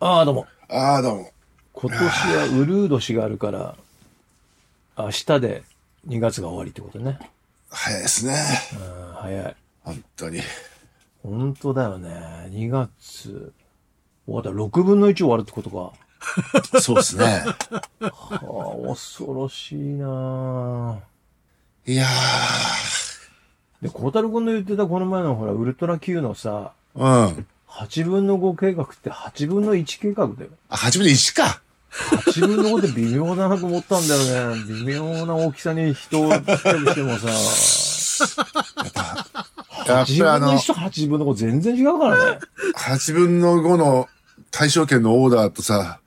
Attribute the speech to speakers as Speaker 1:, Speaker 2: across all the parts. Speaker 1: ああ、どうも。
Speaker 2: ああ、どうも。
Speaker 1: 今年はウルー年があるから、明日で2月が終わりってことね。
Speaker 2: 早いですね。
Speaker 1: うん、早い。
Speaker 2: 本当に。
Speaker 1: 本当だよね。2月。終わったら6分の1終わるってことか。
Speaker 2: そうですね。
Speaker 1: ああ、恐ろしいなあ
Speaker 2: いや
Speaker 1: で、小太郎君の言ってたこの前のほら、ウルトラ Q のさ、
Speaker 2: ー。うん。
Speaker 1: 8分の5計画って8分の1計画だよ。
Speaker 2: あ、初めて石か。
Speaker 1: 8分の5って微妙だなと思ったんだよね。微妙な大きさに人を切ったりしてもさ、
Speaker 2: やっぱり
Speaker 1: 8
Speaker 2: あ
Speaker 1: 分の
Speaker 2: の、
Speaker 1: 1と8分の5全然違うからね。
Speaker 2: 8分の5の対象権のオーダーとさ、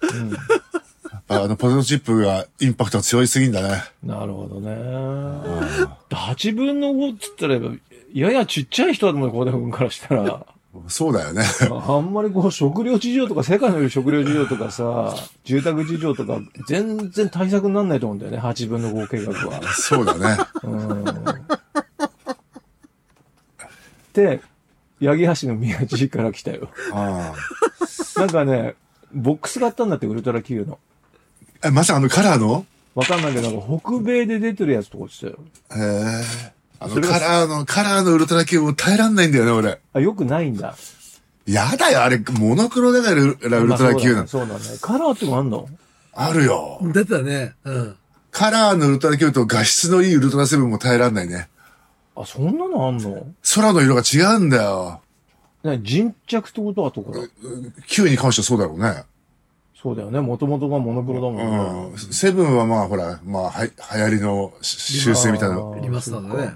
Speaker 2: やっぱあのポテトチップがインパクトが強いすぎんだね。
Speaker 1: なるほどね。8分の5っつったら、ややちっちゃい人だと思うよ、小田君からした ら。
Speaker 2: そうだよね。
Speaker 1: あんまりこう、食料事情とか、世界の食料事情とかさ、住宅事情とか、全然対策にならないと思うんだよね、8分の5計画は。
Speaker 2: そうだね。
Speaker 1: で、八木橋の宮地から来たよ。
Speaker 2: あ
Speaker 1: なんかね、ボックス買ったんだって、ウルトラ Q の。
Speaker 2: あえ、まさかあのカラーの
Speaker 1: わかんないけど、なんか北米で出てるやつとか言ってたよ。
Speaker 2: へえ。あ
Speaker 1: そ
Speaker 2: の
Speaker 1: れが
Speaker 2: カラーの、カラーのウルトラ級も耐えらんないんだよね、俺。
Speaker 1: あ、よくないんだ。
Speaker 2: やだよ、あれ、モノクロだからウルウルトラ級な
Speaker 1: まあ
Speaker 2: の。
Speaker 1: そうだね。そうだねカラーってのあんの
Speaker 2: あるよ。
Speaker 3: 出てたね。うん。
Speaker 2: カラーのウルトラ級と画質のいいウルトラセブンも耐えらんないね。
Speaker 1: あ、そんなのあんの
Speaker 2: 空の色が違うんだよ。
Speaker 1: ね、人着ってことはところ。
Speaker 2: 9に関してはそうだろうね。
Speaker 1: そうだよね。もともとがモノクロだもんね。
Speaker 2: うん。セブンはまあほら、まあ、は、流行りのし修正みたいな。
Speaker 3: リマスターだね。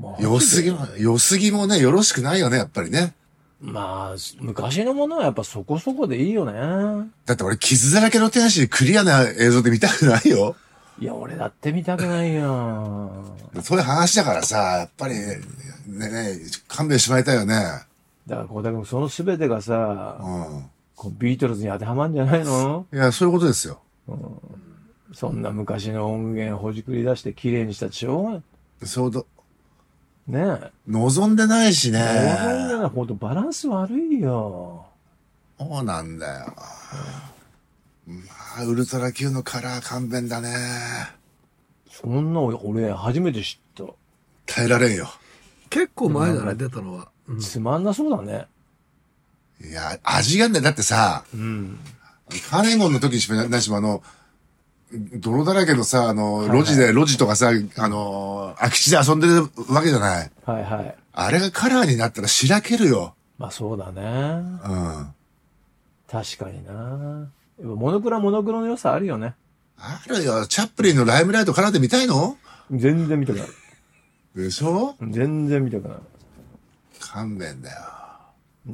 Speaker 1: まあ
Speaker 2: 良すぎも、良すぎもね、よろしくないよね、やっぱりね。
Speaker 1: まあ、昔のものはやっぱそこそこでいいよね。
Speaker 2: だって俺、傷だらけの手足クリアな映像で見たくないよ。
Speaker 1: いや、俺だって見たくないよ。
Speaker 2: そういう話だからさ、やっぱり、ね、ね、勘弁してもらいたいよね。
Speaker 1: だから、小田君、その全てがさ、
Speaker 2: うん。
Speaker 1: こうビートルズに当てはまんじゃないの
Speaker 2: いや、そういうことですよ。
Speaker 1: そんな昔の音源ほじくり出して綺麗にしたってしょうがない
Speaker 2: そうだ、
Speaker 1: ね
Speaker 2: 望んでないしね
Speaker 1: え。。望んでないほどバランス悪いよ。
Speaker 2: そうなんだよ。まあ、ウルトラ級のカラー勘弁だね。
Speaker 1: そんな俺、初めて知った。
Speaker 2: 耐えられんよ。
Speaker 3: 結構前だね、出たのは。うん
Speaker 1: つまんなそうだね。
Speaker 2: いや、味がね、だってさ、
Speaker 1: うん。
Speaker 2: カレゴンの時にしなしもあの、泥だらけのさ、あの、路地で、路地とかさ、あの、空き地で遊んでるわけじゃない。
Speaker 1: はいはい。
Speaker 2: あれがカラーになったらしらけるよ。
Speaker 1: まあそうだね。
Speaker 2: うん。
Speaker 1: 確かにな。やっぱモノクロはモノクロの良さあるよね。
Speaker 2: あるよ。チャップリンのライムライトカラーで見たいの
Speaker 1: 全然見たくない。
Speaker 2: でしょ
Speaker 1: 全然見たくない。
Speaker 2: 勘弁だよ。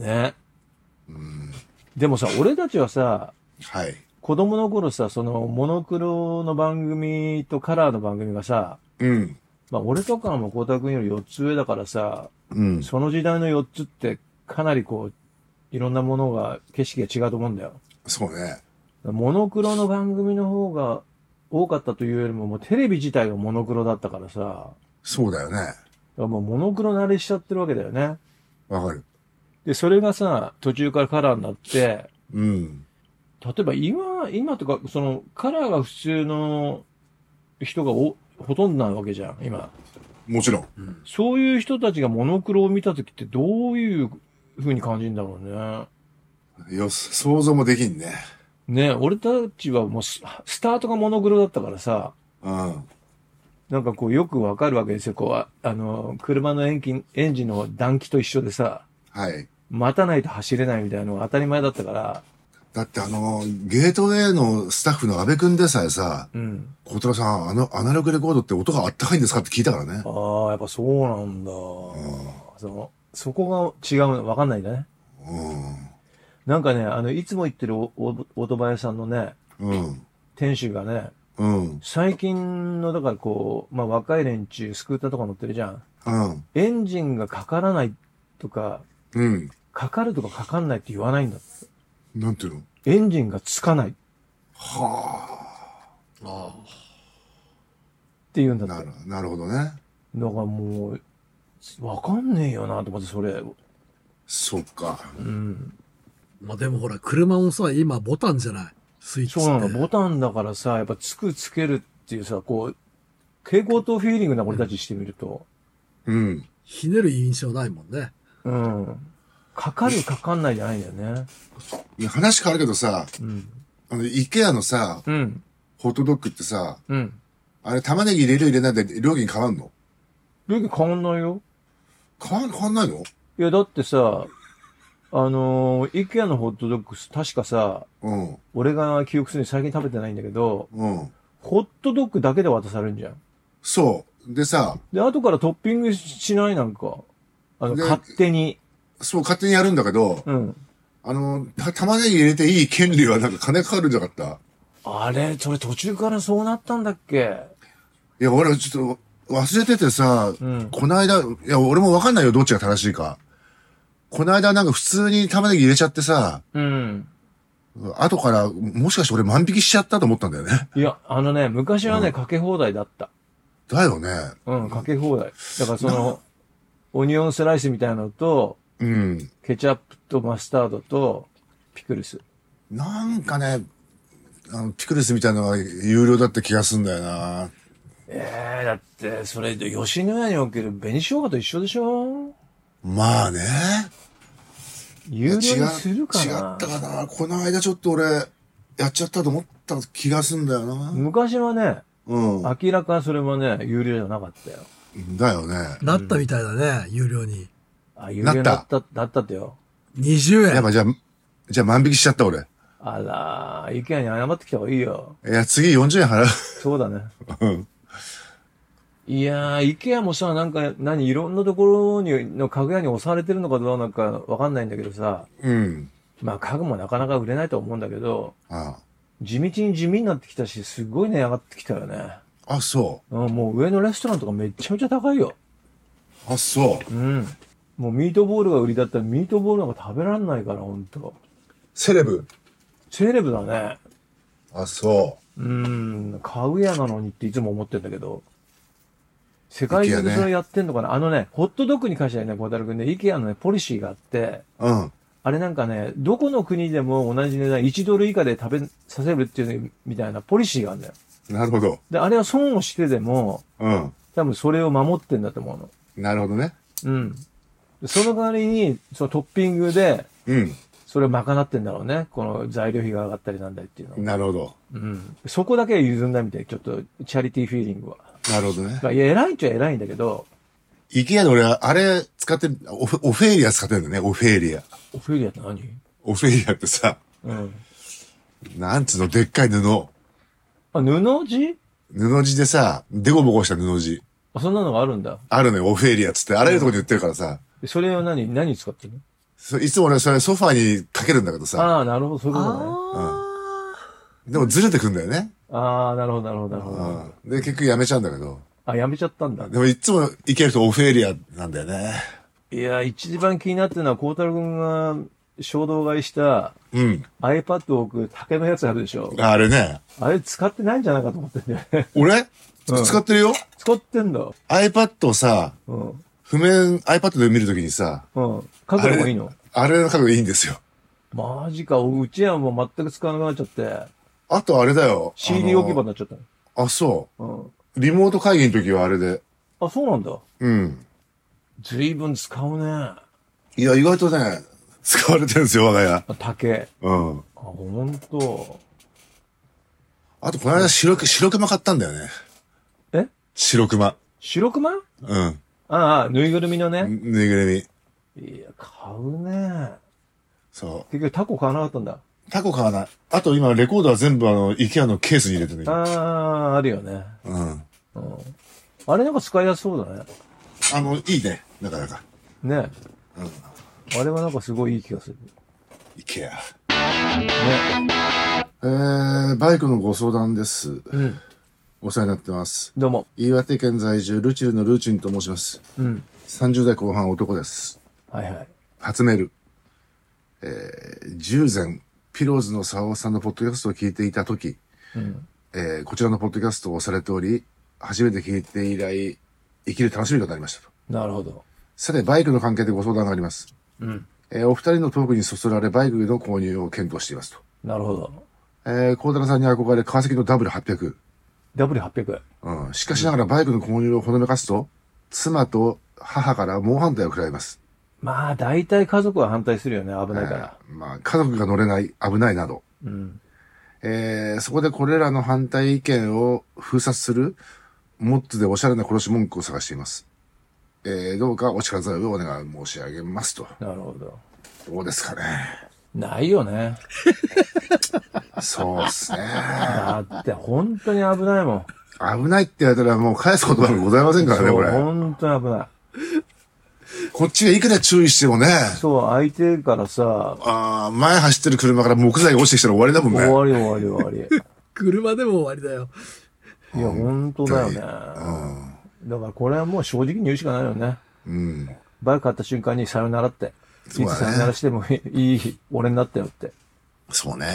Speaker 1: ね。でもさ、俺たちはさ、
Speaker 2: はい。
Speaker 1: 子供の頃さ、そのモノクロの番組とカラーの番組がさ、
Speaker 2: うん。
Speaker 1: まあ俺とかはもう光太くんより4つ上だからさ、
Speaker 2: うん。
Speaker 1: その時代の4つってかなりこう、いろんなものが、景色が違うと思うんだよ。
Speaker 2: そうね。
Speaker 1: モノクロの番組の方が多かったというよりも、もうテレビ自体がモノクロだったからさ、だか
Speaker 2: そうだよね。
Speaker 1: らもうモノクロ慣れしちゃってるわけだよね。
Speaker 2: わかる。
Speaker 1: で、それがさ、途中からカラーになって、
Speaker 2: うん。
Speaker 1: 例えば今、今とか、その、カラーが普通の人がおほとんどなわけじゃん、今。
Speaker 2: もちろん。
Speaker 1: そういう人たちがモノクロを見た時ってどういう風に感じるんだろうね。
Speaker 2: よ、想像もできんね。
Speaker 1: ね俺たちはもうススタートがモノクロだったからさ、
Speaker 2: うん。
Speaker 1: なんかこうよくわかるわけですよ。こうあ、あの、車のエンジン、エンジンの暖気と一緒でさ、
Speaker 2: はい。
Speaker 1: 待たないと走れないみたいなのが当たり前だったから、
Speaker 2: だってあの、ゲートウェイのスタッフの安部くんでさえさ、
Speaker 1: うん。
Speaker 2: 小太郎さん、あの、アナログレコードって音があったかいんですかって聞いたからね。
Speaker 1: ああ、やっぱそうなんだ。その、そこが違うの、わかんないんだね。なんかね、あの、いつも行ってるおおオートバイ屋さんのね、
Speaker 2: うん。
Speaker 1: 店主がね、
Speaker 2: うん。
Speaker 1: 最近の、だからこう、まあ若い連中、スクーターとか乗ってるじゃん。
Speaker 2: うん。
Speaker 1: エンジンがかからないとか、
Speaker 2: うん。
Speaker 1: かかるとかかかんないって言わないんだって。
Speaker 2: なんていうの
Speaker 1: エンジンがつかないっ
Speaker 3: あ
Speaker 1: て言うんだって。だ
Speaker 2: な
Speaker 1: か
Speaker 2: る、なるほどね。
Speaker 1: らもう、わかんねえよなと思って、それ。
Speaker 2: そっか。
Speaker 1: うん。
Speaker 3: まあでもほら、車もさ、今ボタンじゃない。スイッチっ
Speaker 1: そう
Speaker 3: て。
Speaker 1: なの、ボタンだからさ、やっぱつくつけるっていうさ、こう、蛍光灯フィーリングな俺たちしてみると、
Speaker 2: うん。
Speaker 3: ひねる印象ないもんね。
Speaker 1: うん。かかるかかんないじゃないんだよね。
Speaker 2: いや話変わるけどさ、
Speaker 1: うん。
Speaker 2: あの、イケアのさ、
Speaker 1: うん。
Speaker 2: ホットドッグってさ、
Speaker 1: うん。
Speaker 2: あれ玉ねぎ入れる入れないで料金変わんの
Speaker 1: 料金変わんないよ。
Speaker 2: 変わん、変わんないの
Speaker 1: いや、だってさ、あのー、イケアのホットドッグ、確かさ、
Speaker 2: うん。
Speaker 1: 俺が記憶するに最近食べてないんだけど、
Speaker 2: うん。
Speaker 1: ホットドッグだけで渡されるんじゃん。
Speaker 2: そう。でさ、
Speaker 1: で、後からトッピングしないなんか。あの、
Speaker 2: ね
Speaker 1: 勝手に。
Speaker 2: そう勝手にやるんだけど、
Speaker 1: うん。
Speaker 2: あの、た玉ねぎ入れていい権利はなんか金かかるんじゃなかった
Speaker 1: あれ、それ途中からそうなったんだっけ
Speaker 2: いや、俺ちょっと忘れててさ、
Speaker 1: うん
Speaker 2: こないだ、いや、俺もわかんないよ、どっちが正しいか。こないだなんか普通に玉ねぎ入れちゃってさ、
Speaker 1: うん。
Speaker 2: 後から、もしかして俺万引きしちゃったと思ったんだよね。
Speaker 1: いや、あのね、昔はね、かけ放題だった。
Speaker 2: だよね。
Speaker 1: うん、かけ放題。だからその、オニオンスライスみたいなのと、
Speaker 2: うん。
Speaker 1: ケチャップとマスタードと、ピクルス。
Speaker 2: なんかね、あの、ピクルスみたいなのが有料だった気がすんだよな。
Speaker 1: ええだって、それ、吉野家における紅生姜と一緒でしょ
Speaker 2: まあね。
Speaker 1: 有料
Speaker 2: 違う
Speaker 1: にするか
Speaker 2: 違
Speaker 1: な
Speaker 2: ったかな。この間ちょっと俺、やっちゃったと思った気がすんだよな。
Speaker 1: 昔はね、
Speaker 2: うん。
Speaker 1: 明らかにそれはね、有料じゃなかったよ。
Speaker 2: だよね。
Speaker 3: なったみたいだね、有料に。
Speaker 1: あ、有料だった、だったってよ。
Speaker 3: 20
Speaker 2: やっ
Speaker 3: 円。
Speaker 2: ぱじゃあ、じゃあ万引きしちゃった俺。い
Speaker 1: あらー、意見に謝ってきた方がいいよ。
Speaker 2: や、次40円払う。
Speaker 1: そうだね。
Speaker 2: うん
Speaker 1: いやー、イケアもさ、なんか、何、いろんなところに、の家具屋に押されてるのかどうなのかわかんないんだけどさ、
Speaker 2: うん。
Speaker 1: まあ家具もなかなか売れないと思うんだけど、
Speaker 2: あ
Speaker 1: 地道に地味になってきたし、すごい値上がってきたよね。
Speaker 2: あ。あ、そ
Speaker 1: うん、もう上のレストランとかめっちゃめちゃ高いよ。
Speaker 2: う。あ、そう。
Speaker 1: うん。もうミートボールが売りだったらミートボールなんか食べらんないから、ほんと。
Speaker 2: セレブ。
Speaker 1: セレブだね。
Speaker 2: あ、そう
Speaker 1: ーん、家具屋なのにっていつも思ってんだけど。世界中でそれやってんのかな、あのね、ホットドッグに関してはね、小樽君ね、イケアのね、ポリシーがあって、
Speaker 2: う。うん。
Speaker 1: あれなんかね、どこの国でも同じ値段1ドル以下で食べさせるっていうみたいなポリシーがあるんだよ。
Speaker 2: なるほど。
Speaker 1: で、あれは損をしてでも、
Speaker 2: うん。
Speaker 1: 多分それを守ってんだと思うの。
Speaker 2: なるほどね。
Speaker 1: うん。その代わりに、そのトッピングで、
Speaker 2: うん。
Speaker 1: それを賄ってんだろうね。この材料費が上がったりなんだりっていうのは。
Speaker 2: なるほど。
Speaker 1: うん。そこだけは譲んないみたい。ちょっと、チャリティーフィーリングは。
Speaker 2: なるほどね。
Speaker 1: まあ、いや、偉いっちゃ偉いんだけど、
Speaker 2: イケアで俺、あれ使ってる、オフオフェーリア使ってるんだね、オフェーリア。
Speaker 1: オフィリアって何
Speaker 2: オフェーリアってさ、
Speaker 1: うん。
Speaker 2: なんつうの、でっかい布。
Speaker 1: あ、布地
Speaker 2: 布地でさ、デコボコした布地。
Speaker 1: あ、そんなのがあるんだ。
Speaker 2: あるのよ、オフェーリアっつって、あらゆるとこに売ってるからさ、
Speaker 1: それを何、何に使ってるの
Speaker 2: そいつも俺それソファーにかけるんだけどさ、
Speaker 1: ああ、なるほど、そういうことね。
Speaker 3: あ
Speaker 2: でもずれてくんだよね。
Speaker 1: ああ、なるほど、なるほど、なるほ
Speaker 2: う
Speaker 1: ど。
Speaker 2: ん。で、結局やめちゃうんだけど。
Speaker 1: あ、やめちゃったんだ。
Speaker 2: でもいつもイケアとオフェーリアなんだよね。
Speaker 1: いや、一番気になってるのは、孝太郎君が衝動買いした
Speaker 2: うん。
Speaker 1: iPad を置く竹のやつあるでしょ。
Speaker 2: あれね。
Speaker 1: あれ使ってないんじゃないかと思ってんだよね。
Speaker 2: 俺、
Speaker 1: うん
Speaker 2: 使ってるよ
Speaker 1: 使ってんだ。
Speaker 2: ?iPad をさ、
Speaker 1: うん。
Speaker 2: 譜面 iPad で見るときにさ、
Speaker 1: うん。書くのもいいの
Speaker 2: あれの角度いいんですよ。
Speaker 1: マジか、うちはもう全く使わなくなっちゃって、
Speaker 2: あとあれだよ。
Speaker 1: CD 置き場
Speaker 2: あ
Speaker 1: になっちゃった
Speaker 2: の。あ、そ
Speaker 1: の。うん。
Speaker 2: う。リモート会議の時はあれで。
Speaker 1: あ、そうなんだ。
Speaker 2: うん。
Speaker 1: ずいぶん使うね。
Speaker 2: いや、意外とね、使われてるんですよ、我が家。
Speaker 1: 竹。
Speaker 2: うん。
Speaker 1: あ、ほんと。
Speaker 2: あと、この間白く、白熊買ったんだよね。
Speaker 1: え
Speaker 2: 白熊。
Speaker 1: 白熊
Speaker 2: うん。
Speaker 1: ああ、ぬいぐるみのね。
Speaker 2: ぬいぐるみ。
Speaker 1: いや、買うね。
Speaker 2: そ
Speaker 1: 結局タコ買わなかったんだ。
Speaker 2: う。タコ買わない。あと今、レコードは全部あの、イケアのケースに入れてる
Speaker 1: あ
Speaker 2: のよ
Speaker 1: あ、あるよね。
Speaker 2: うん。
Speaker 1: うん。あれなんか使いやすそうだね。
Speaker 2: あの、いいね。なかなか。
Speaker 1: ね。あれはなんかすごいいい気がする。
Speaker 2: イケア。
Speaker 1: ね。
Speaker 2: えー、バイクのご相談です。
Speaker 1: うん。
Speaker 2: お世話になってます。
Speaker 1: どうも。
Speaker 2: 岩手県在住、ルチルのルーチンと申します。
Speaker 1: うん。
Speaker 2: 30代後半男です。
Speaker 1: はいはい。
Speaker 2: 初メール。えー、従前、ピローズの沢尾さんのポッドキャストを聞いていたとき、
Speaker 1: うん。
Speaker 2: えーこちらのポッドキャストをされており、初めて聞いて以来、生きる楽しみがなりましたと。
Speaker 1: なるほど。
Speaker 2: さて、バイクの関係でご相談があります。
Speaker 1: うん。
Speaker 2: えーお二人のトークにそそられ、バイクの購入を検討していますと。
Speaker 1: なるほど。
Speaker 2: えー、孝太郎さんに憧れ、川崎の W800。
Speaker 1: W800。
Speaker 2: うん。しかしながらバイクの購入をほのめかすと、妻と母から猛反対を食らいます。
Speaker 1: まあ、大体家族は反対するよね。危ないから。
Speaker 2: えーまあ、家族が乗れない、危ないなど。
Speaker 1: うん。
Speaker 2: えー、そこでこれらの反対意見を封殺する、モッツでおしゃれな殺し文句を探しています。えー、どうかお力添えをお願い申し上げますと。
Speaker 1: なるほど。
Speaker 2: どうですかね。
Speaker 1: ないよね。
Speaker 2: そうですね。
Speaker 1: だって、本当に危ないもん。
Speaker 2: 危ないって言われたらもう返す言葉がございませんからね、
Speaker 1: そ
Speaker 2: こ
Speaker 1: う、
Speaker 2: れ。
Speaker 1: 本当に危ない。
Speaker 2: こっちがいくら注意してもね、
Speaker 1: そう、相手からさ、
Speaker 2: あー前走ってる車から木材が落ちてきたら終わりだもん
Speaker 1: 終
Speaker 2: ね。
Speaker 1: わり終わり終わ
Speaker 3: 車でも終わりだよ。
Speaker 1: り。いや、本当だよね。だからこれはもう正直に言うしかないよね。
Speaker 2: うん。
Speaker 1: バイク買った瞬間にさよならって。いつ
Speaker 2: そうだね
Speaker 1: さよならしてもいいいい、俺になったよって。
Speaker 2: そうね。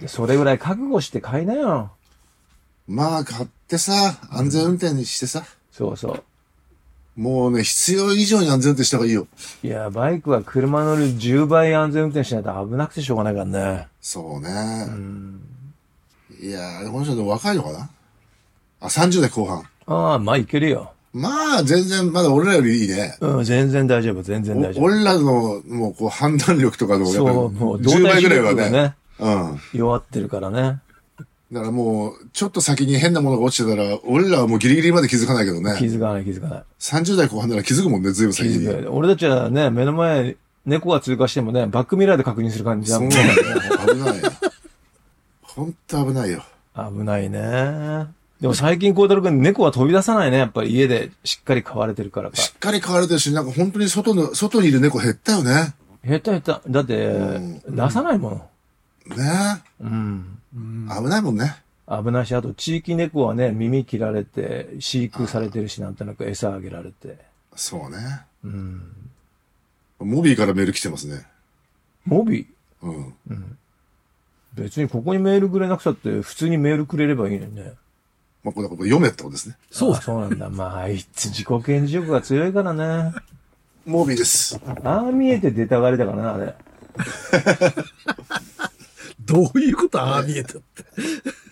Speaker 1: でそれぐらい覚悟して買いなよ。
Speaker 2: まあ、買ってさ、安全運転にしてさ。
Speaker 1: そうそう。
Speaker 2: もうね、必要以上に安全運転した方がいいよ。
Speaker 1: いや、バイクは車乗る10倍安全運転しないと危なくてしょうがないからね。
Speaker 2: そうね。いやー、この人でも若いのかなあ、30代後半。
Speaker 1: ああ、まあいけるよ。
Speaker 2: まあ、全然、まだ俺らよりいいね。
Speaker 1: うん、全然大丈夫、全然大丈
Speaker 2: お
Speaker 1: 夫。
Speaker 2: 俺らの、もう、こう、判断力とかの、やっぱり
Speaker 1: そう、もう、
Speaker 2: 10倍ぐらいは
Speaker 1: 動体視力が
Speaker 2: ね。
Speaker 1: ね、
Speaker 2: うん。
Speaker 1: 弱ってるからね。
Speaker 2: だからもう、ちょっと先に変なものが落ちてたら、俺らはもうギリギリまで気づかないけど
Speaker 1: 気
Speaker 2: ね。
Speaker 1: づかない、気づかない。
Speaker 2: 30代後半なら気づくもんね、ずいぶん
Speaker 1: 気
Speaker 2: 先
Speaker 1: づ
Speaker 2: に
Speaker 1: か。ない。俺たちはね、目の前、猫が通過してもね、バックミラーで確認する感じだ
Speaker 2: そ
Speaker 1: も。
Speaker 2: うんなんだよ。危ない。ほんと危ないよ。
Speaker 1: 危ないね。でも最近、孝太郎くん、猫は飛び出さないね。やっぱり家でしっかり飼われてるからか。
Speaker 2: しっかり飼われてるし、なんか本当に外の、外にいる猫減ったよね。
Speaker 1: 減った減った。だって、出さないも
Speaker 2: ね
Speaker 1: の。うん。
Speaker 2: 危ないもんね。
Speaker 1: 危ないし、あと地域猫はね、耳切られて、飼育されてるし、なんとなく餌あげられて。
Speaker 2: そうね。
Speaker 1: うん。
Speaker 2: モビーからメール来てますね。
Speaker 1: モビー
Speaker 2: うん。
Speaker 1: 別にここにメールくれなくたって、普通にメールくれればいいのにね。
Speaker 2: まあ、こんなこと読めってことですね。
Speaker 3: そう
Speaker 1: あ
Speaker 3: だ。
Speaker 1: そうなんだ。 まあ、あいつ自己顕示欲が強いからね。
Speaker 2: モビーです。
Speaker 1: ああ見えて出たがりだからな、あれ。
Speaker 3: どういうことああ見えたって。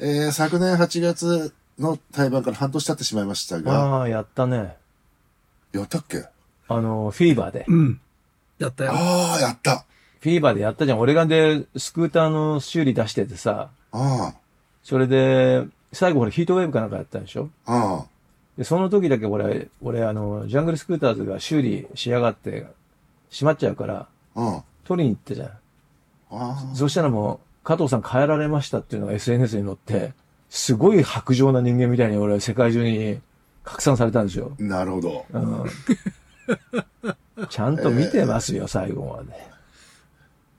Speaker 2: えー、昨年8月の対バンから半年経ってしまいましたが、
Speaker 1: ああ、やったね。
Speaker 2: やったっけ
Speaker 1: あの、フィーバーで。
Speaker 3: うん。やったよ。
Speaker 2: ああ、やった。
Speaker 1: フィーバーでやったじゃん。俺がで、スクーターの修理出しててさ、
Speaker 2: あ
Speaker 1: それで、最後ほらヒートウェーブかなんかやったでしょ
Speaker 2: あ、ああ、
Speaker 1: で、その時だけ俺、俺あの、ジャングルスクーターズが修理しやがって、閉まっちゃうから、
Speaker 2: あ
Speaker 1: 取りに行ったじゃん。
Speaker 2: あ、あ
Speaker 1: そしたらもう、加藤さん変えられましたっていうのが SNS に載って、すごい薄情な人間みたいに俺は世界中に拡散されたんですよ。
Speaker 2: あ、なるほど。
Speaker 1: うん。ちゃんと見てますよ、最後まで。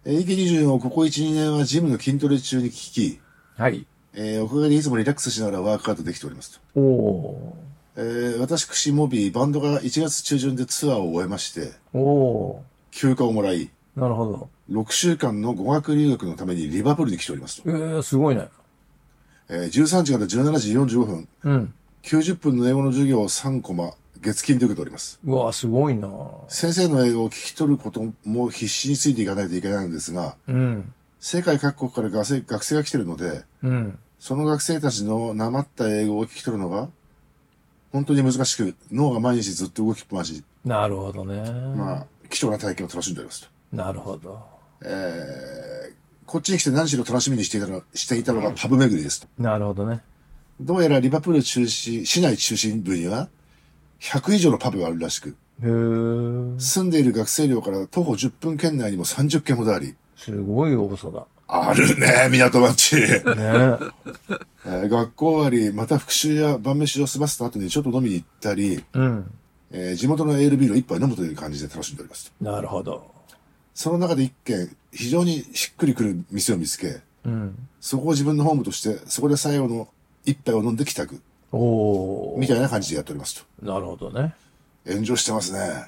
Speaker 2: えー、EK24 をここ1、2年はジムの筋トレ中に聞き、
Speaker 1: はい。
Speaker 2: えー、おかげでいつもリラックスしながらワークアウトできておりますと。
Speaker 1: おお
Speaker 2: えー、私、クシモビー、バンドが1月中旬でツアーを終えまして、
Speaker 1: ーお
Speaker 2: 休暇をもらい、
Speaker 1: ーなるほど。
Speaker 2: 6週間の語学留学のためにリバプールに来ておりますと。
Speaker 1: えー、すごいね。
Speaker 2: えー、13時から17時45分、
Speaker 1: うん。
Speaker 2: 90分の英語の授業を3コマ、月金で受けております。
Speaker 1: うわ、すごいな
Speaker 2: 先生の英語を聞き取ることも必死についていかないといけないのですが、
Speaker 1: うん。
Speaker 2: 世界各国から学生学生が来ているので、
Speaker 1: うん。
Speaker 2: その学生たちのなまった英語を聞き取るのが、本当に難しく、脳が毎日ずっと動きっぱなし、
Speaker 1: なるほどね。
Speaker 2: まあ、貴重な体験を楽しんでおりますと。
Speaker 1: なるほど。
Speaker 2: えー、こっちに来て何しろ楽しみにしていたのしていたのがパブ巡りですと。
Speaker 1: なるほどね。
Speaker 2: どうやらリバプール中心、市内中心部には、100以上のパブがあるらしく、
Speaker 1: へえ。
Speaker 2: 住んでいる学生寮から徒歩10分圏内にも30軒ほどあり、
Speaker 1: すごい多さ
Speaker 2: あるね、港町。え
Speaker 1: だ。ね
Speaker 2: ー学校終わり、また復習や晩飯を済ませた後にちょっと飲みに行ったり、
Speaker 1: うん。
Speaker 2: えー地元のエールビールを一杯飲むという感じで楽しんでおりますと。
Speaker 1: なるほど。
Speaker 2: その中で一軒、非常にしっくりくる店を見つけ、
Speaker 1: うん。
Speaker 2: そこを自分のホームとして、そこで最後の一杯を飲んで帰宅、
Speaker 1: おお
Speaker 2: み。たいな感じでやっております
Speaker 1: なるほどね。
Speaker 2: と。炎上してますね。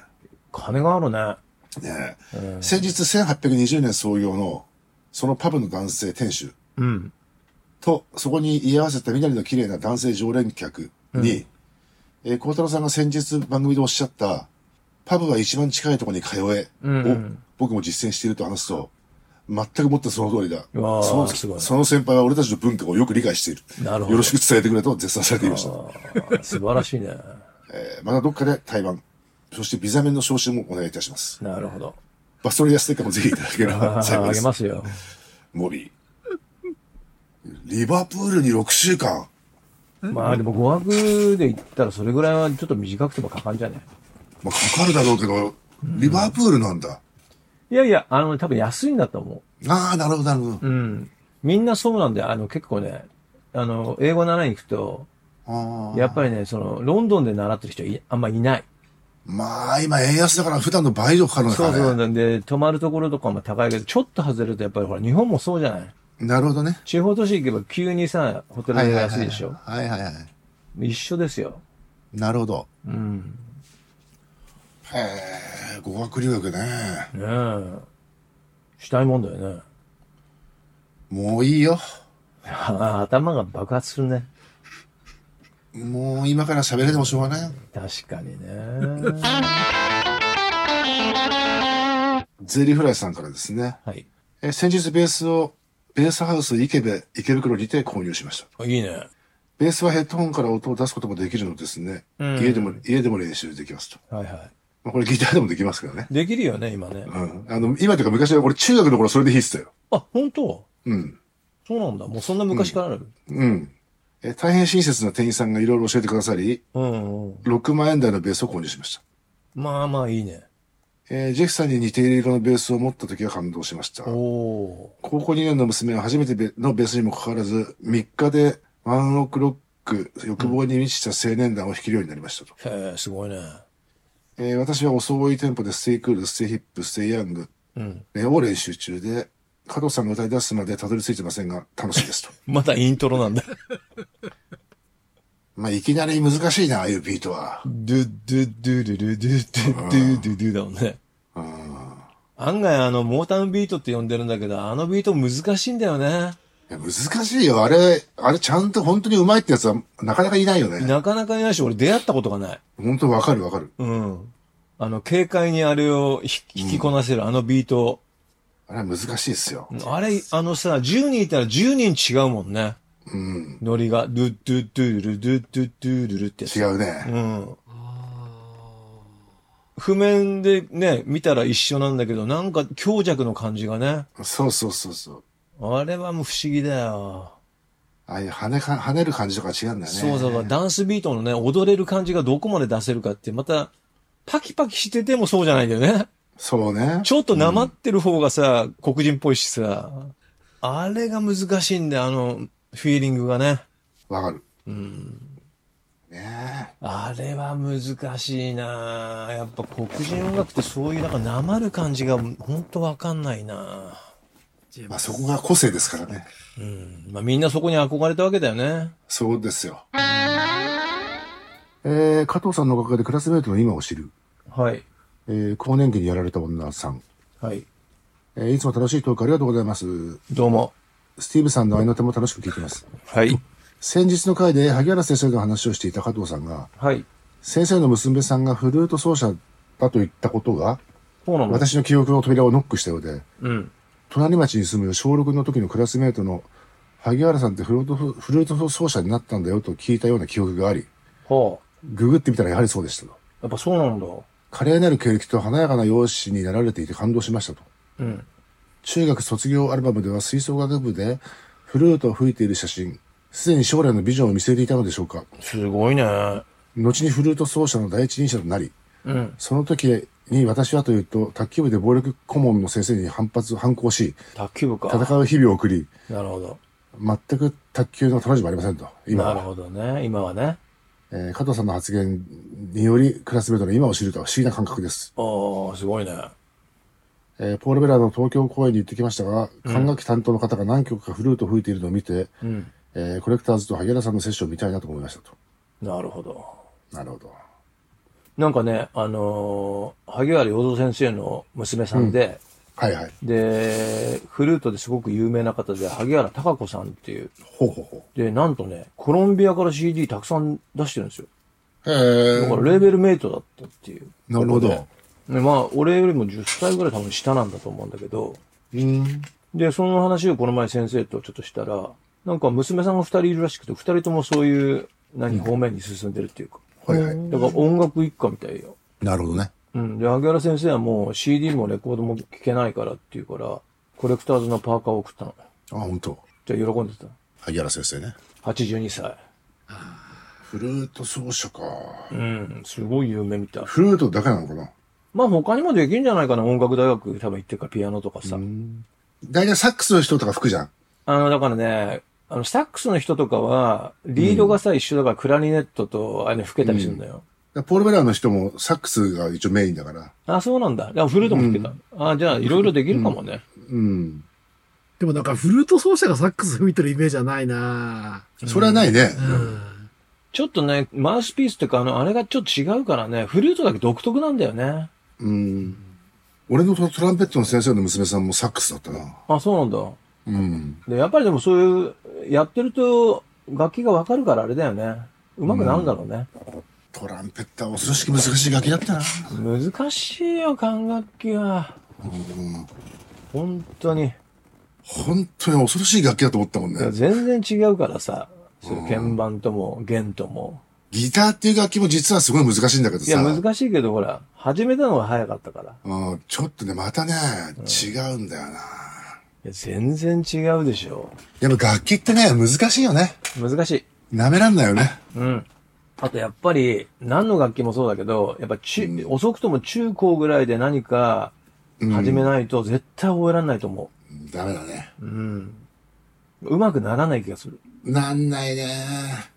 Speaker 1: 金があるね。
Speaker 2: ねえ先日1820年創業の、そのパブの男性店主、
Speaker 1: うん。
Speaker 2: と、そこに居合わせたみなりの綺麗な男性常連客に、えー、孝太郎さんが先日番組でおっしゃった、パブは一番近いところに通え
Speaker 1: うんう
Speaker 2: を
Speaker 1: ん
Speaker 2: 僕も実践していると話すと、全くもってその通りだ。
Speaker 1: うわー
Speaker 2: その
Speaker 1: すごい
Speaker 2: その先輩は俺たちの文化をよく理解している。
Speaker 1: なるほど
Speaker 2: よろしく伝えてくれと絶賛されていました。
Speaker 1: あー素晴らしいね。
Speaker 2: えーまたどっかで対バン、そしてビザ面の招集もお願いいたします。
Speaker 1: なるほど。
Speaker 2: バストリアステッカーもぜひいただけれ
Speaker 1: あ
Speaker 2: ば
Speaker 1: ー
Speaker 2: 幸 い
Speaker 1: あ
Speaker 2: で
Speaker 1: げ
Speaker 2: す
Speaker 1: ま。すよ。
Speaker 2: モビー。リバプールに6週間。
Speaker 1: まあでも語学で言ったらそれぐらいはちょっと短くてもかかんじゃね
Speaker 2: まあ、かかるだろうけど、リバプールなんだ。
Speaker 1: いやいや、あの、多分安いんだと思
Speaker 2: ああ、なるほど、なるほど。
Speaker 1: う。うん。みんなそうなんで、あの、結構ね、あの、英語習いに行くと、
Speaker 2: あー
Speaker 1: やっぱりね、その、ロンドンで習ってる人いあんまいない。
Speaker 2: まあ、今円安だから普段の倍以上かかるの
Speaker 1: そ
Speaker 2: か
Speaker 1: うそう。
Speaker 2: ね。
Speaker 1: なんで、泊まるところとかも高いけど、ちょっと外れるとやっぱりほら、日本もそうじゃない
Speaker 2: なるほどね。
Speaker 1: 地方都市行けば急にさ、ホテルが安いでしょ、
Speaker 2: はいはいはい。
Speaker 1: 一緒ですよ。
Speaker 2: なるほど。
Speaker 1: うん。
Speaker 2: へえ、語学留学ね。
Speaker 1: ねえ。したいもんだよね。
Speaker 2: もういいよ。
Speaker 1: あ頭が爆発するね。
Speaker 2: もう今から喋れてもしょうがないよ。
Speaker 1: 確かに ね。
Speaker 2: ゼリーフライさんからですね。
Speaker 1: はい。
Speaker 2: えー先日ベースを、ベースハウス池部、池袋にて購入しました。
Speaker 1: あいいね。
Speaker 2: ベースはヘッドホンから音を出すこともできるのですね。
Speaker 1: うん
Speaker 2: 家でも、家でも練習できますと。
Speaker 1: はいは
Speaker 2: まあ、これギターでもできますけどね。
Speaker 1: い。できるよね、今ね。
Speaker 2: うん。あの、今というか昔は俺中学の頃それで弾いてたよ。
Speaker 1: あ、本当
Speaker 2: うん。
Speaker 1: そうなんだ。もうそんな昔からある。
Speaker 2: うん。えー大変親切な店員さんがいろいろ教えてくださり、
Speaker 1: うん、うん、
Speaker 2: 6万円台のベースを購入しました。
Speaker 1: まあまあいいね。
Speaker 2: えージェフさんに似ている色のベースを持った時は感動しました。
Speaker 1: おー。
Speaker 2: 高校2年の娘は初めてべのベースにもかかわらず、3日でワンオクロック、欲望に満ちた青年団を弾けるようになりましたと。
Speaker 1: へえ、すごいね。
Speaker 2: えー私は遅いテンポでステイクール、ステイヒップ、ステイヤング、
Speaker 1: うん。
Speaker 2: ねを練習中で、加藤さんが歌い出すまでたどり着いてませんが、楽しいですと。
Speaker 1: またイントロなんだ。
Speaker 2: まあ、いきなり難しいな、ああいうビートは。
Speaker 1: ドゥドゥドゥドゥドゥドゥドゥドゥドゥだもんね。
Speaker 2: うん。
Speaker 1: 案外あの、モータウンビートって呼んでるんだけど、あのビート難しいんだよね。
Speaker 2: いや難しいよ。あれ、あれちゃんと本当に上手いってやつはなかなかいないよね。
Speaker 1: なかなかいないし、俺出会ったことがない。
Speaker 2: 本当わかるわかる。
Speaker 1: うん。あの、軽快にあれを引引きこなせる、あのビート。
Speaker 2: あれは難しいですよ。
Speaker 1: あれ、あのさ、10人いたら10人違うもんね。
Speaker 2: うん。
Speaker 1: ノリが。ドゥドゥドゥルルドゥドゥドゥルルってやつ
Speaker 2: 違うね。
Speaker 1: うん。譜面でね、見たら一緒なんだけど、なんか強弱の感じがね。
Speaker 2: そうそうそうそう。
Speaker 1: あれはもう不思議だよ。
Speaker 2: ああいう跳ねか、跳ねる感じとか違うんだよね。
Speaker 1: そうそうそう、ダンスビートのね、踊れる感じがどこまで出せるかって、また、パキパキしててもそうじゃないんだよね。
Speaker 2: そうね。
Speaker 1: ちょっとなまってる方がさ、黒人っぽいしさ、あれが難しいんだよ、あの、フィーリングがね。
Speaker 2: わかる。うん。ね
Speaker 1: あれは難しいなぁやっぱ黒人音楽ってそういうなんかなまる感じがほんとわかんないな
Speaker 2: え。まあそこが個性ですからね。
Speaker 1: ぁまあみんなそこに憧れたわけだよね。
Speaker 2: そうですよ。えー、加藤さんのおかげでクラスメイトの今を知る。
Speaker 1: はい。
Speaker 2: えー、高年期にやられた女さん。
Speaker 1: はい。
Speaker 2: えー、いつも楽しいトークありがとうございます。
Speaker 1: どうも。
Speaker 2: スティーブさんの愛の手も楽しく聞いてます。
Speaker 1: はい。
Speaker 2: 先日の回で萩原先生の話をしていた加藤さんが、
Speaker 1: はい。
Speaker 2: 先生の娘さんがフルート奏者だと言ったことが、
Speaker 1: そうなの
Speaker 2: 私の記憶の扉をノックしたようで、
Speaker 1: うん。
Speaker 2: 隣町に住む小6の時のクラスメートの萩原さんってフルート、フルート奏者になったんだよと聞いたような記憶があり、
Speaker 1: はあ。
Speaker 2: ググってみたらやはりそうでしたと。
Speaker 1: やっぱそうなんだ。
Speaker 2: 華麗なる経歴と華やかな容姿になられていて感動しましたと。
Speaker 1: うん。
Speaker 2: 中学卒業アルバムでは吹奏楽部でフルートを吹いている写真、すでに将来のビジョンを見据えていたのでしょうか。
Speaker 1: すごいね。
Speaker 2: 後にフルート奏者の第一人者となり、
Speaker 1: うん。
Speaker 2: その時に私はというと、卓球部で暴力顧問の先生に反発、反抗し、
Speaker 1: 卓球部か。
Speaker 2: 戦う日々を送り、
Speaker 1: なるほど。
Speaker 2: 全く卓球の楽しみはありませんと。今
Speaker 1: なる
Speaker 2: は、
Speaker 1: ほどね。今はね。
Speaker 2: えー加藤さんの発言により、クラスメートの今を知るとは不思議な感覚です。
Speaker 1: ああ、すごいね。
Speaker 2: えーポール・ベラーの東京公演に行ってきましたが、管楽器担当の方が何曲かフルートを吹いているのを見て、
Speaker 1: うん。
Speaker 2: えーコレクターズと萩原さんのセッションを見たいなと思いましたと。
Speaker 1: なるほど。
Speaker 2: なるほど。
Speaker 1: なんかね、あのー萩原洋三先生の娘さんで、
Speaker 2: はいはい。
Speaker 1: で、フルートですごく有名な方で、萩原貴子さんっていう。
Speaker 2: ほうほうほ
Speaker 1: で、なんとね、コロンビアから CD たくさん出してるんですよ。
Speaker 2: う。え
Speaker 1: だから
Speaker 2: ー、
Speaker 1: レーベルメイトだったっていう。
Speaker 2: なるほど
Speaker 1: ことで。でまあ、俺よりも10歳ぐらい多分下なんだと思うんだけど、
Speaker 2: うん。
Speaker 1: で、その話をこの前先生とちょっとしたら、なんか娘さんが二人いるらしくて、二人ともそういう、何、方面に進んでるっていうか。
Speaker 2: はいはい。
Speaker 1: だから音楽一家みたいよ。
Speaker 4: なるほどね。
Speaker 1: うん。で、萩原先生はもう CD もレコードも聴けないからっていうから、コレクターズのパーカーを送ったの。
Speaker 2: あ、本当。
Speaker 1: じゃあ喜んでた。
Speaker 4: 萩原先生ね。
Speaker 1: 82歳。
Speaker 2: フルート奏者か。
Speaker 1: うん。すごい有名みたい。
Speaker 2: フルートだけなのかな
Speaker 1: まあ他にもできんじゃないかな。音楽大学多分行ってるから、ピアノとかさ。
Speaker 2: 大体サックスの人とか吹くじゃん。
Speaker 1: あの、だからね、あの、サックスの人とかは、リードがさ、一緒だからクラリネットと、あれね、吹けたりするんだよ。
Speaker 2: だからポール・ベラーの人もサックスが一応メインだから。
Speaker 1: あ、そうなんだ。あ、フルートも吹けた。あ、じゃあ、いろいろできるかもね。
Speaker 2: うん。
Speaker 3: でもなんかフルート奏者がサックス吹いてるイメージはないな
Speaker 2: それはないね。
Speaker 3: うん。
Speaker 1: ちょっとね、マウスピースっていうか、あの、あれがちょっと違うからね、フルートだけ独特なんだよね。
Speaker 2: うん。俺のトトランペットの先生の娘さんもサックスだったな。
Speaker 1: あ、そうなんだ。
Speaker 2: うん。
Speaker 1: で、やっぱりでもそういう、やってると、楽器がわかるからあれだよね。うまくなるんだろうね。
Speaker 2: トランペッター恐ろしく難しい楽器だったな。
Speaker 1: 難しいよ、管楽器は。本当に。
Speaker 2: 本当に恐ろしい楽器だと思ったもん
Speaker 1: いや
Speaker 2: ね。
Speaker 1: 全然違うからさ、そう鍵盤とも弦とも。
Speaker 2: ギターっていう楽器も実はすごい難しいんだけど
Speaker 1: いや、
Speaker 2: さ。
Speaker 1: 難しいけど、ほら、始めたのが早かったから。
Speaker 2: うん、ちょっとね、またね、違うんだよな。
Speaker 1: いや、全然違うでしょ。
Speaker 2: やっぱ楽器ってね、難しいよね。
Speaker 1: 難しい。
Speaker 2: 舐めらんないよね。
Speaker 1: うん。あとやっぱり、何の楽器もそうだけど、やっぱ中、遅くとも中高ぐらいで何か始めないと絶対覚えられないと思
Speaker 2: ダメだね。
Speaker 1: う。うん。うまくならない気がする。
Speaker 2: なんないね。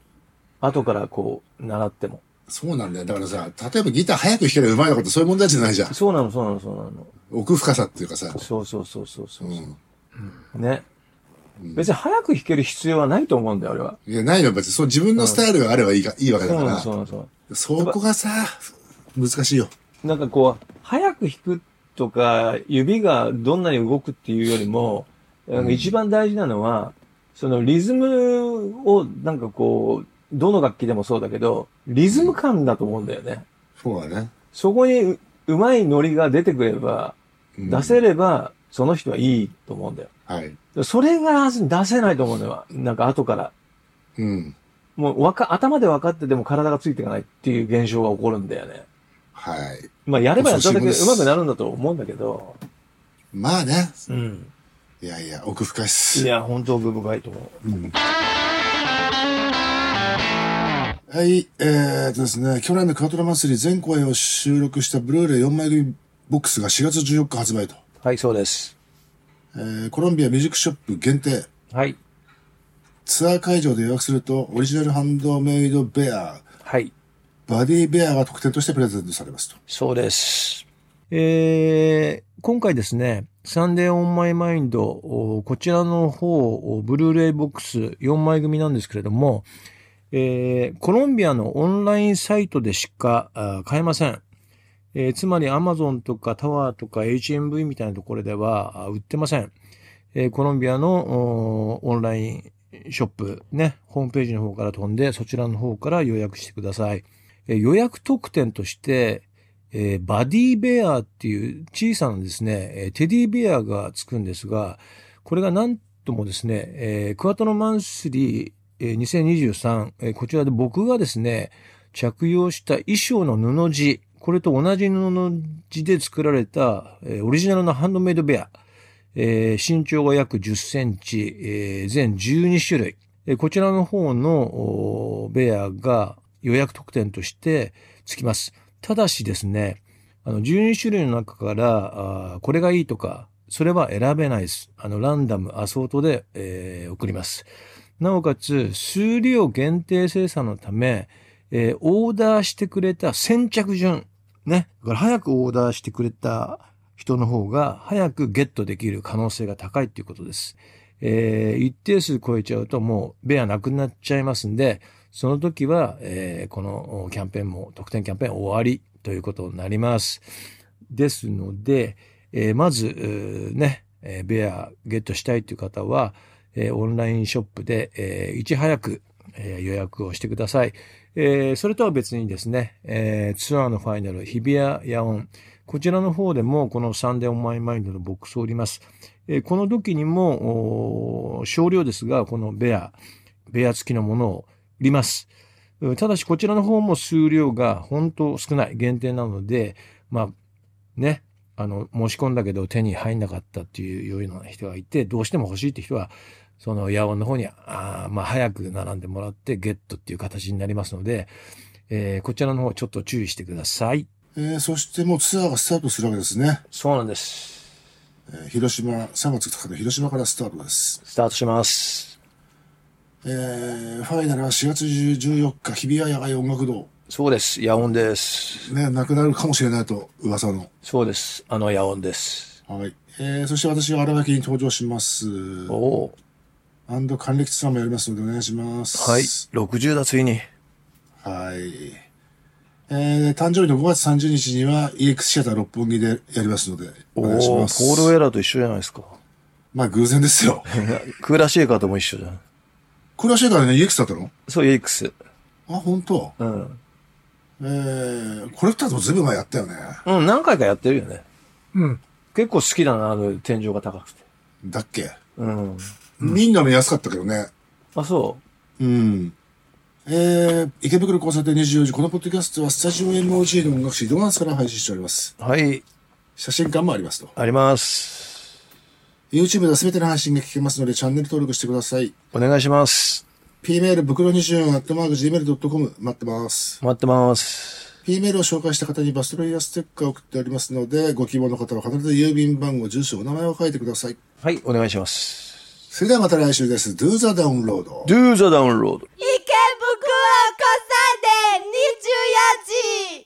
Speaker 1: 後からこう、習っても。
Speaker 2: そうなんだよ。だからさ、例えばギター早く弾ければ上手いのかってそういう問題じゃないじゃん。
Speaker 1: そうなの、そうなの、そうなの。
Speaker 2: 奥深さっていうかさ。
Speaker 1: そうそうそうそうそう。
Speaker 2: うん。
Speaker 1: ね。別に早く弾ける必要はないと思うんだよ、俺は。
Speaker 2: いや、ないの別に、そう自分のスタイルがあればいいか、いいわけだ
Speaker 1: そう
Speaker 2: か
Speaker 1: なの、
Speaker 2: ら。
Speaker 1: そうなの、そうなの。
Speaker 2: そこがさ、難しいよ。
Speaker 1: なんかこう、早く弾くとか、指がどんなに動くっていうよりも、なんか一番大事なのは、そのリズムを、なんかこう、どの楽器でもそうだけど、リズム感だと思うんだよね。
Speaker 2: そうだね。
Speaker 1: そこにううまいノリが出てくれば、
Speaker 2: うん
Speaker 1: 出せれば、その人はいいと思うんだよ。
Speaker 2: はい。
Speaker 1: それが出せないと思うのよ。なんか後から。
Speaker 2: うん。
Speaker 1: もうわか、頭で分かってても体がついていかないっていう現象が起こるんだよね。
Speaker 2: はい。
Speaker 1: まあ、やればやっただけ
Speaker 2: そう
Speaker 1: 上
Speaker 2: いうことです
Speaker 1: 手くなるんだと思うんだけど。
Speaker 2: まあね。
Speaker 1: うん。
Speaker 2: いやいや、奥深いっ
Speaker 1: い
Speaker 2: す。
Speaker 1: や、本当奥深いと思う。
Speaker 2: はい。えーとですね、去年のカートラ祭り全公演を収録したブルーレイ4枚組ボックスが4月14日発売と。
Speaker 1: はい、そうです。
Speaker 2: えー、コロンビアミュージックショップ限定。
Speaker 1: はい。
Speaker 2: ツアー会場で予約すると、オリジナルハンドメイドベア、
Speaker 1: はい。
Speaker 2: バディベアが特典としてプレゼントされますと。
Speaker 1: そうです。えー、今回ですね、サンデーオンマイマインド、おこちらの方、おブルーレイボックス4枚組なんですけれども、えー、コロンビアのオンラインサイトでしかあ買えません。えーつまり Amazon とかタワーとか HMV みたいなところではあ売ってません。えーコロンビアのおオンラインショップ、ね、ホームページの方から飛んで、そちらの方から予約してください。えー予約特典として、えーバディベアっていう小さなですね、えーテディベアがつくんですが、これがなんともですね、えークワトロマンスリー、えー2023、えーこちらで僕がですね、着用した衣装の布地、これと同じ布地で作られた、えーオリジナルのハンドメイドベア、えー身長が約10センチ、えー全12種類。えーこちらの方のおーベアが予約特典としてつきます。ただしですね、あの、12種類の中から、あーこれがいいとか、それは選べないです。あの、ランダム、アソートで、えー送ります。なおかつ、数量限定生産のため、えーオーダーしてくれた先着順、ね。だから早くオーダーしてくれた人の方が早くゲットできる可能性が高いということです。えー一定数超えちゃうともうベアなくなっちゃいますんで、その時は、えーこのキャンペーンも、特典キャンペーン終わりということになります。ですので、えーまず、うーね、えーベアゲットしたいという方は、えーオンラインショップで、えーいち早く、えー予約をしてください。えーそれとは別にですね、えーツアーのファイナル、日比谷野音、こちらの方でも、このサンデーオンマイマインドのボックスを売ります。えーこの時にも、おー少量ですが、このベア、ベア付きのものを売ります。うんただし、こちらの方も数量が本当少ない、限定なので、まあ、ね、あの、申し込んだけど手に入んなかったっていうような人がいて、どうしても欲しいって人は、その、ヤオンの方に、あーまあ、早く並んでもらって、ゲットっていう形になりますので、えーこちらの方ちょっと注意してください。
Speaker 2: えーそしてもうツアーがスタートするわけですね。
Speaker 1: そうなんです。
Speaker 2: えー広島、3月2日の広島からスタートです。
Speaker 1: スタートします。
Speaker 2: えーファイナルは4月14日、日比谷野外音楽堂。
Speaker 1: そうです。ヤオンです。
Speaker 2: ね、なくなるかもしれないと、噂の。
Speaker 1: そうです。あのヤオンです。
Speaker 2: はい。えーそして私は荒垣に登場します。
Speaker 1: おお
Speaker 2: アンド還暦ツアーもやりますのでお願いします。
Speaker 1: ー。はい。60だ、ついに。
Speaker 2: はい。えー誕生日の5月30日には EX シアター六本木でやりますので、お
Speaker 1: おお
Speaker 2: 願いします。
Speaker 1: ーポールウェラーと一緒じゃない ですか。
Speaker 2: まあ偶然で すよ。
Speaker 1: クーラーシェイカーとも一緒じゃん。
Speaker 2: これはシアターでね、EX だったの
Speaker 1: そう、EX。
Speaker 2: あ、本当。
Speaker 1: うん。
Speaker 2: えー、これ二つもずいぶん前やったよね。
Speaker 1: うん、何回かやってるよね。
Speaker 3: うん。
Speaker 1: 結構好きだな、あの天井が高くて。
Speaker 2: だっけ、
Speaker 1: うん。
Speaker 2: みんなの安かったけどね。
Speaker 1: あ、そ
Speaker 2: うん。えー、池袋交差点24時、このポッドキャストはスタジオ MOG の音楽誌ドガンスから配信しております。
Speaker 1: う。はい。
Speaker 2: 写真館もありますと。
Speaker 1: あります。
Speaker 2: YouTube では全ての配信が聞けますのでチャンネル登録してください。
Speaker 1: お願いします。
Speaker 2: p メール袋24アットマーク gmail.com 待ってます。
Speaker 1: 待ってます。
Speaker 2: p メールを紹介した方にバストロイヤーステッカーを送っておりますので、ご希望の方は必ず郵便番号、住所、お名前を書いてください。
Speaker 1: はい、お願いします。
Speaker 2: それではまた来週です。Do the download.
Speaker 1: Do the download.
Speaker 4: 池袋子さんで24時